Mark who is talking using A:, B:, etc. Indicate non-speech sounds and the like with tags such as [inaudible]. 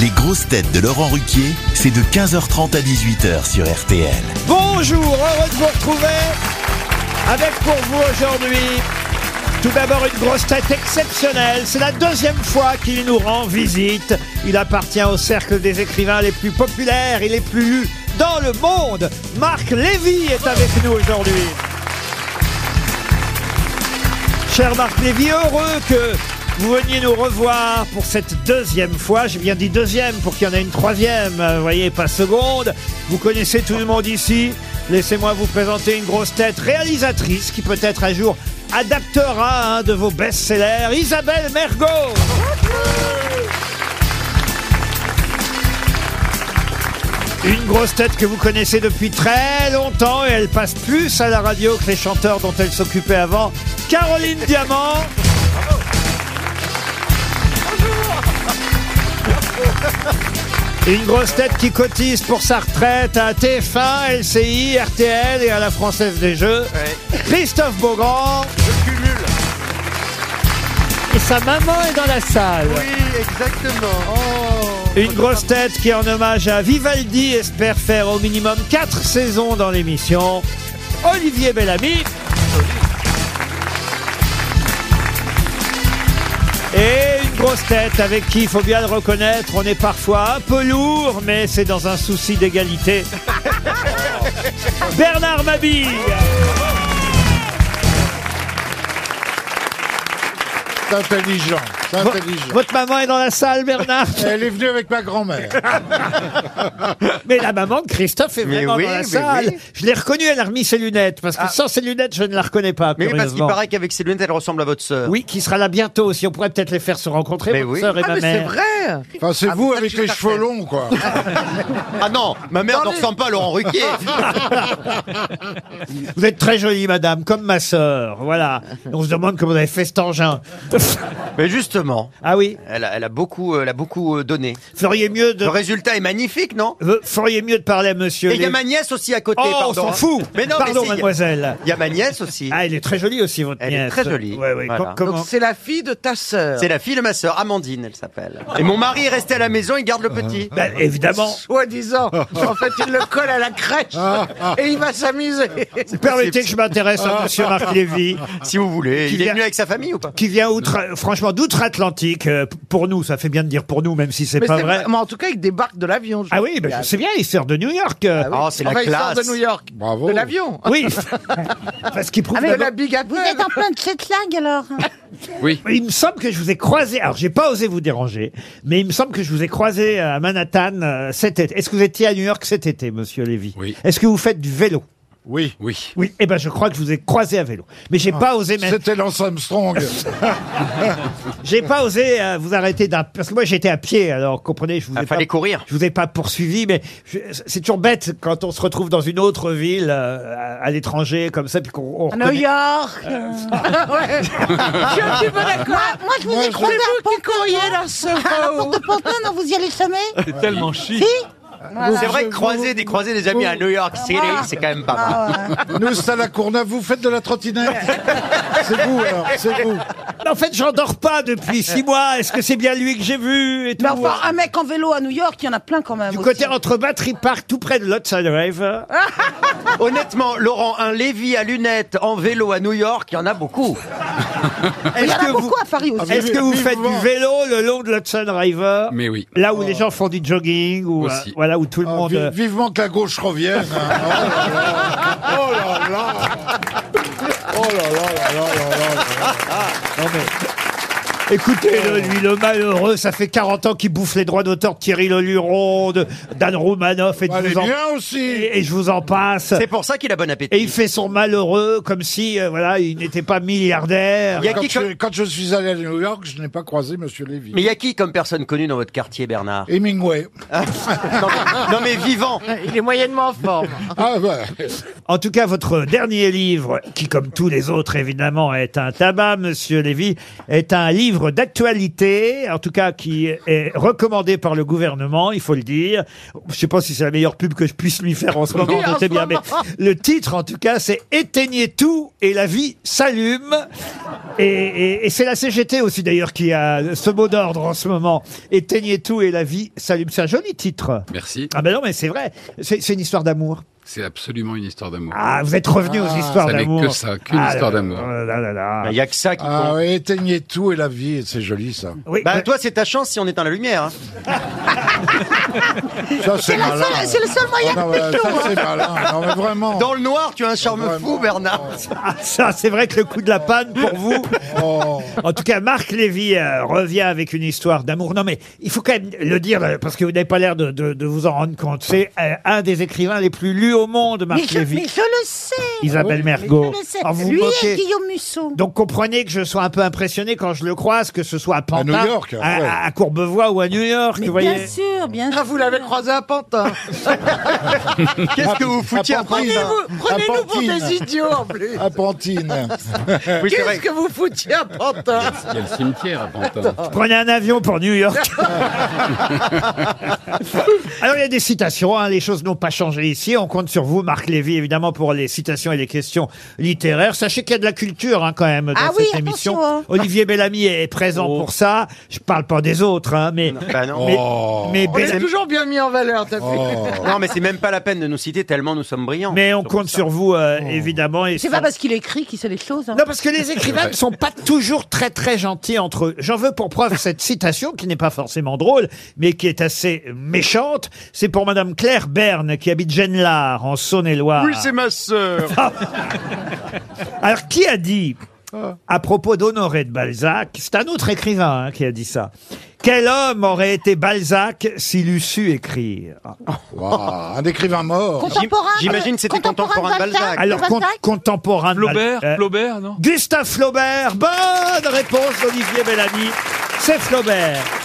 A: Les grosses têtes de Laurent Ruquier, c'est de 15h30 à 18h sur RTL.
B: Bonjour, heureux de vous retrouver avec pour vous aujourd'hui tout d'abord une grosse tête exceptionnelle. C'est la deuxième fois qu'il nous rend visite. Il appartient au cercle des écrivains les plus populaires et les plus lus dans le monde. Marc Lévy est avec nous aujourd'hui. Cher Marc Lévy, heureux que vous veniez nous revoir pour cette deuxième fois. J'ai bien dit deuxième pour qu'il y en ait une troisième, euh, vous voyez, pas seconde. Vous connaissez tout le monde ici. Laissez-moi vous présenter une grosse tête réalisatrice qui peut-être un jour adaptera un de vos best-sellers, Isabelle Mergot. Une grosse tête que vous connaissez depuis très longtemps et elle passe plus à la radio que les chanteurs dont elle s'occupait avant, Caroline Diamant. Une grosse tête qui cotise pour sa retraite à TF1, LCI, RTL et à la Française des Jeux. Christophe Beaugrand.
C: Je cumule.
B: Et sa maman est dans la salle.
C: exactement.
B: Une grosse tête qui, en hommage à Vivaldi, espère faire au minimum 4 saisons dans l'émission. Olivier Bellamy. Et une grosse tête avec qui, il faut bien le reconnaître, on est parfois un peu lourd, mais c'est dans un souci d'égalité. Bernard Mabille.
C: C'est intelligent. C'est intelligent.
B: Votre maman est dans la salle,
C: [laughs]
B: Bernard.
C: Elle est venue avec ma grand-mère.
B: Mais la maman de Christophe est
D: Mais
B: vraiment
D: oui,
B: dans la
D: mais
B: salle.
D: oui. Ah.
B: Je l'ai reconnue, elle a remis ses lunettes. Parce que sans ses lunettes, je ne la reconnais pas.
D: Mais oui, parce qu'il
B: curieusement.
D: paraît qu'avec ses lunettes, elle ressemble à votre sœur.
B: Oui, qui sera là bientôt aussi. On pourrait peut-être les faire se rencontrer,
D: Mais
B: votre
D: oui.
B: sœur et ma mère.
E: vrai
C: Enfin, c'est vous avec
D: Mathieu
C: les cheveux
D: Tartel.
C: longs, quoi.
D: Ah non, ma mère ne ressemble pas à Laurent Ruquier.
B: [laughs] Vous êtes très jolie, madame, comme ma sœur. Voilà. On se demande comment vous avez fait cet engin. [laughs]
D: Mais justement,
B: ah oui,
D: elle a, elle a beaucoup, euh, elle a beaucoup euh, donné.
B: feriez mieux de...
D: Le résultat est magnifique, non
B: euh, Feriez mieux de parler à monsieur.
D: Et il y a
B: Lévy.
D: ma nièce aussi à côté.
B: Oh,
D: pardon,
B: on s'en
D: hein.
B: fout
D: Mais non,
B: Pardon,
D: mais si,
B: mademoiselle.
D: Il y a ma nièce aussi.
B: Ah, elle est très jolie aussi, votre
D: Elle est
B: nièce.
D: très jolie.
B: Ouais, ouais. Com-
D: Voilà.
B: comment-
E: c'est la fille de ta sœur.
D: C'est la fille de ma sœur, Amandine, elle s'appelle. Et mon mari est resté à la maison, il garde le petit.
B: Bah, évidemment.
E: Soi-disant. En fait, il le colle à la crèche et il va s'amuser.
B: Permettez que je m'intéresse
D: [laughs]
B: à monsieur Marc Lévy.
D: Si vous voulez.
B: Qui
D: Il est
B: vient-
D: venu avec sa famille ou pas
B: qui vient outre, franchement d'outre-Atlantique euh, p- pour nous, ça fait bien de dire pour nous, même si c'est
E: Mais,
B: pas
E: c'est
B: vrai.
E: vrai- mais en tout cas, il débarque de l'avion. je
B: Ah oui,
E: crois.
B: ben, je sais bien, il sort de New York. euh,
E: Ah oui.
D: Oh, c'est la
E: Enfin, il sort
D: classe.
E: de New York.
C: Bravo.
E: De l'avion.
B: oui, [laughs] parce qu'il prouve.
E: Avec
B: d'abord-
E: Ah, la Big
F: Vous êtes
E: [laughs]
F: en plein jet lag alors
B: Il me semble que je vous ai croisé. Alors, j'ai pas osé vous déranger, mais il me semble que je vous ai croisé à Manhattan euh, cet été. Est-ce que vous étiez à New York cet été, Monsieur Lévy
G: Oui.
B: Est-ce que vous faites du vélo
C: Oui.
G: Oui. Ah,
B: Oui. Eh ben, je crois que je vous ai croisé à vélo, mais j'ai pas osé mettre.
C: C'était Lance Armstrong.
B: J'ai pas osé euh, vous arrêter d'un parce que moi j'étais à pied alors comprenez je vous
D: Ah,
B: ai
D: fallait
B: pas...
D: courir.
B: Je vous ai pas poursuivi mais je- c'est toujours bête quand on se retrouve dans une autre ville euh, à, à l'étranger comme ça puis qu'on
C: Ah,
B: on
F: New
B: reconnaît-
F: York
E: [laughs] Ouais. Je suis un petit peu
F: moi,
E: d'accord.
F: moi, je vous
C: Moi,
F: ai
C: je-
F: croisé
E: C'est
F: à
E: vous qui
F: Pontaine.
E: courriez la [laughs]
F: À la
E: sœur.
F: porte de Pontaine, non, vous y allez jamais
G: C'est tellement chic.
D: C'est vrai que croiser des, croiser des amis à New York City, c'est quand même pas mal.
B: Ah,
C: Nous, c'est à la Courneuve. Vous faites de la trottinette C'est vous, alors. C'est vous.
B: Mais en fait j'en dors pas depuis six mois est-ce que c'est bien lui que j'ai vu et tout euh,
F: Mais enfin, un mec en vélo à New York, il y en a plein quand même.
B: du
C: ah,
F: aussi.
B: côté entre Battery Park tout près de l'Hudson River
D: Honnêtement, Laurent, un Lévy à lunettes en vélo à New York, il y en a beaucoup.
F: Il y en
B: est-ce
F: a
B: que vous- Ah,
F: beaucoup à Paris aussi.
B: est-ce que vous
C: Vivement.
B: faites du vélo le long de l'Hudson River
G: Mais oui.
B: là
C: Oh.
B: où les gens font du jogging ou euh,
G: Aussi.
B: voilà où tout le
C: Ah,
B: monde
C: vi-
B: euh,
C: vivement que la gauche revienne. hein. Oh là là. Oh là là. Oh là là là là là là.
B: Écoutez-le, lui, le malheureux, ça fait 40 ans qu'il bouffe les droits d'auteur de Thierry Leluron, de Dan Roumanoff, et,
C: Bah,
B: je
C: Elle est
B: vous en...
C: bien aussi.
B: et, et je vous en passe.
D: C'est pour ça qu'il a bon
B: Et
D: appétit.
B: il fait son malheureux comme si, euh, voilà, il n'était pas milliardaire.
D: Il y a
C: Quand
D: qui
C: je,
D: comme-
C: quand je suis allé à New York, je n'ai pas croisé Monsieur Lévy.
D: Mais il y a qui comme personne connue dans votre quartier, Bernard
C: Hemingway.
D: non, mais, non, mais vivant.
E: Il est moyennement en [laughs] forme.
C: Ah ouais.
B: En tout cas, votre dernier livre, qui comme tous les autres, évidemment, est un tabac, Monsieur Lévy, est un livre livre d'actualité, en tout cas qui est recommandé par le gouvernement, il faut le dire. Je sais pas si c'est la meilleure pub que je puisse lui faire en ce moment,
E: Oui, en
B: je sais
E: ce
B: bien, mais
E: moment.
B: le titre en tout cas c'est Éteignez tout et la vie s'allume. Et, et- et c'est la CGT aussi d'ailleurs qui a ce mot d'ordre en ce moment. Éteignez tout et la vie s'allume. C'est un joli titre.
G: Merci.
B: Ah ben non mais c'est vrai, c'est c'est une histoire d'amour.
G: C'est absolument une histoire d'amour.
B: Ah, vous êtes revenu aux histoires
G: ça n'est
B: d'amour.
G: que ça, qu'une
B: Ah,
G: histoire
B: là,
G: d'amour.
B: là, là, là, là.
D: Il n'y Bah, a que ça qui
C: Ah
D: compte.
C: oui, éteignez tout et la vie, c'est joli ça.
B: Oui,
D: Bah,
B: bah,
D: toi, c'est ta chance si on éteint la lumière. hein.
C: Ça
B: Ah,
C: c'est malin.
F: C'est le seul moyen.
C: Ah non, ouais, ça c'est malin. Non mais vraiment.
D: Dans le noir, tu as un charme
C: Oh. Vraiment.
D: fou, Bernard.
B: [laughs] ah, ça, c'est vrai que le coup de la panne pour
D: [laughs]
B: vous.
C: Oh.
B: En tout cas, Marc Lévy euh, revient avec une histoire d'amour. Non, mais il faut quand même le dire, euh, parce que vous n'avez pas l'air de, de- de vous en rendre compte. C'est euh, un des écrivains les plus lus au monde,
F: Mais
B: Marc
F: je, mais
B: Lévy.
F: je le sais.
B: Isabelle Mergot.
F: Je le sais.
B: Alors, vous vous
F: Lui
B: moquez.
F: et Guillaume Musso.
B: Donc comprenez que je sois un peu impressionné quand je le croise, que ce soit à Pantin,
C: New York,
B: à,
C: ouais.
B: à- à Courbevoie ou à New York. vous
F: Mais
B: voyez.
F: bien sûr, bien sûr.
E: Ah, vous l'avez croisé à Pantin.
D: Qu'est-ce que vous foutiez à
C: Apportez-
D: Pantin
E: Prenez-vous- Prenez-nous pour
C: Pantine.
E: des idiots en plus.
C: À Pantine.
D: Oui, c'est
E: Qu'est-ce
D: vrai.
E: que vous foutiez à Pantin
G: Il y a le cimetière à Pantin.
B: Prenez un avion pour New York. [laughs] Alors il y a des citations, hein, les choses n'ont pas changé ici. On compte sur vous, Marc Lévy, évidemment, pour les citations et les questions littéraires. Sachez qu'il y a de la culture hein, quand même dans
F: Ah oui,
B: cette
F: attention,
B: émission.
F: hein.
B: Olivier Bellamy est présent pour ça. Je parle pas des autres, hein, mais
D: Bah non.
B: mais,
C: Oh.
B: mais
E: On
B: Bella-
E: est toujours bien mis en valeur, t'as vu
C: Oh.
D: Non, mais c'est même pas la peine de nous citer tellement nous sommes brillants.
B: mais on compte sur vous euh, évidemment. et
F: C'est
B: ça-
F: pas parce qu'il écrit qu'il sait les choses. hein.
B: Non, parce que les écrivains ne sont pas toujours très très gentils entre eux. J'en veux pour preuve cette citation qui n'est pas forcément drôle, mais qui est assez méchante. C'est pour Madame Claire Berne qui habite Genlard en Saône-et-Loire.
D: ma sœur.
B: Alors qui a dit à propos d'Honoré de Balzac, c'est un autre écrivain hein, qui a dit ça. Quel homme aurait été Balzac s'il eût su écrire
C: Waouh, un écrivain mort.
F: Contemporain. de-
D: J'imagine que c'était contemporain de Balzac.
B: Alors con-
F: Balzac
B: contemporain de Bal-
H: Flaubert,
B: euh,
H: Flaubert, non
B: Gustave Flaubert, bonne réponse d'Olivier Bellamy. C'est Flaubert.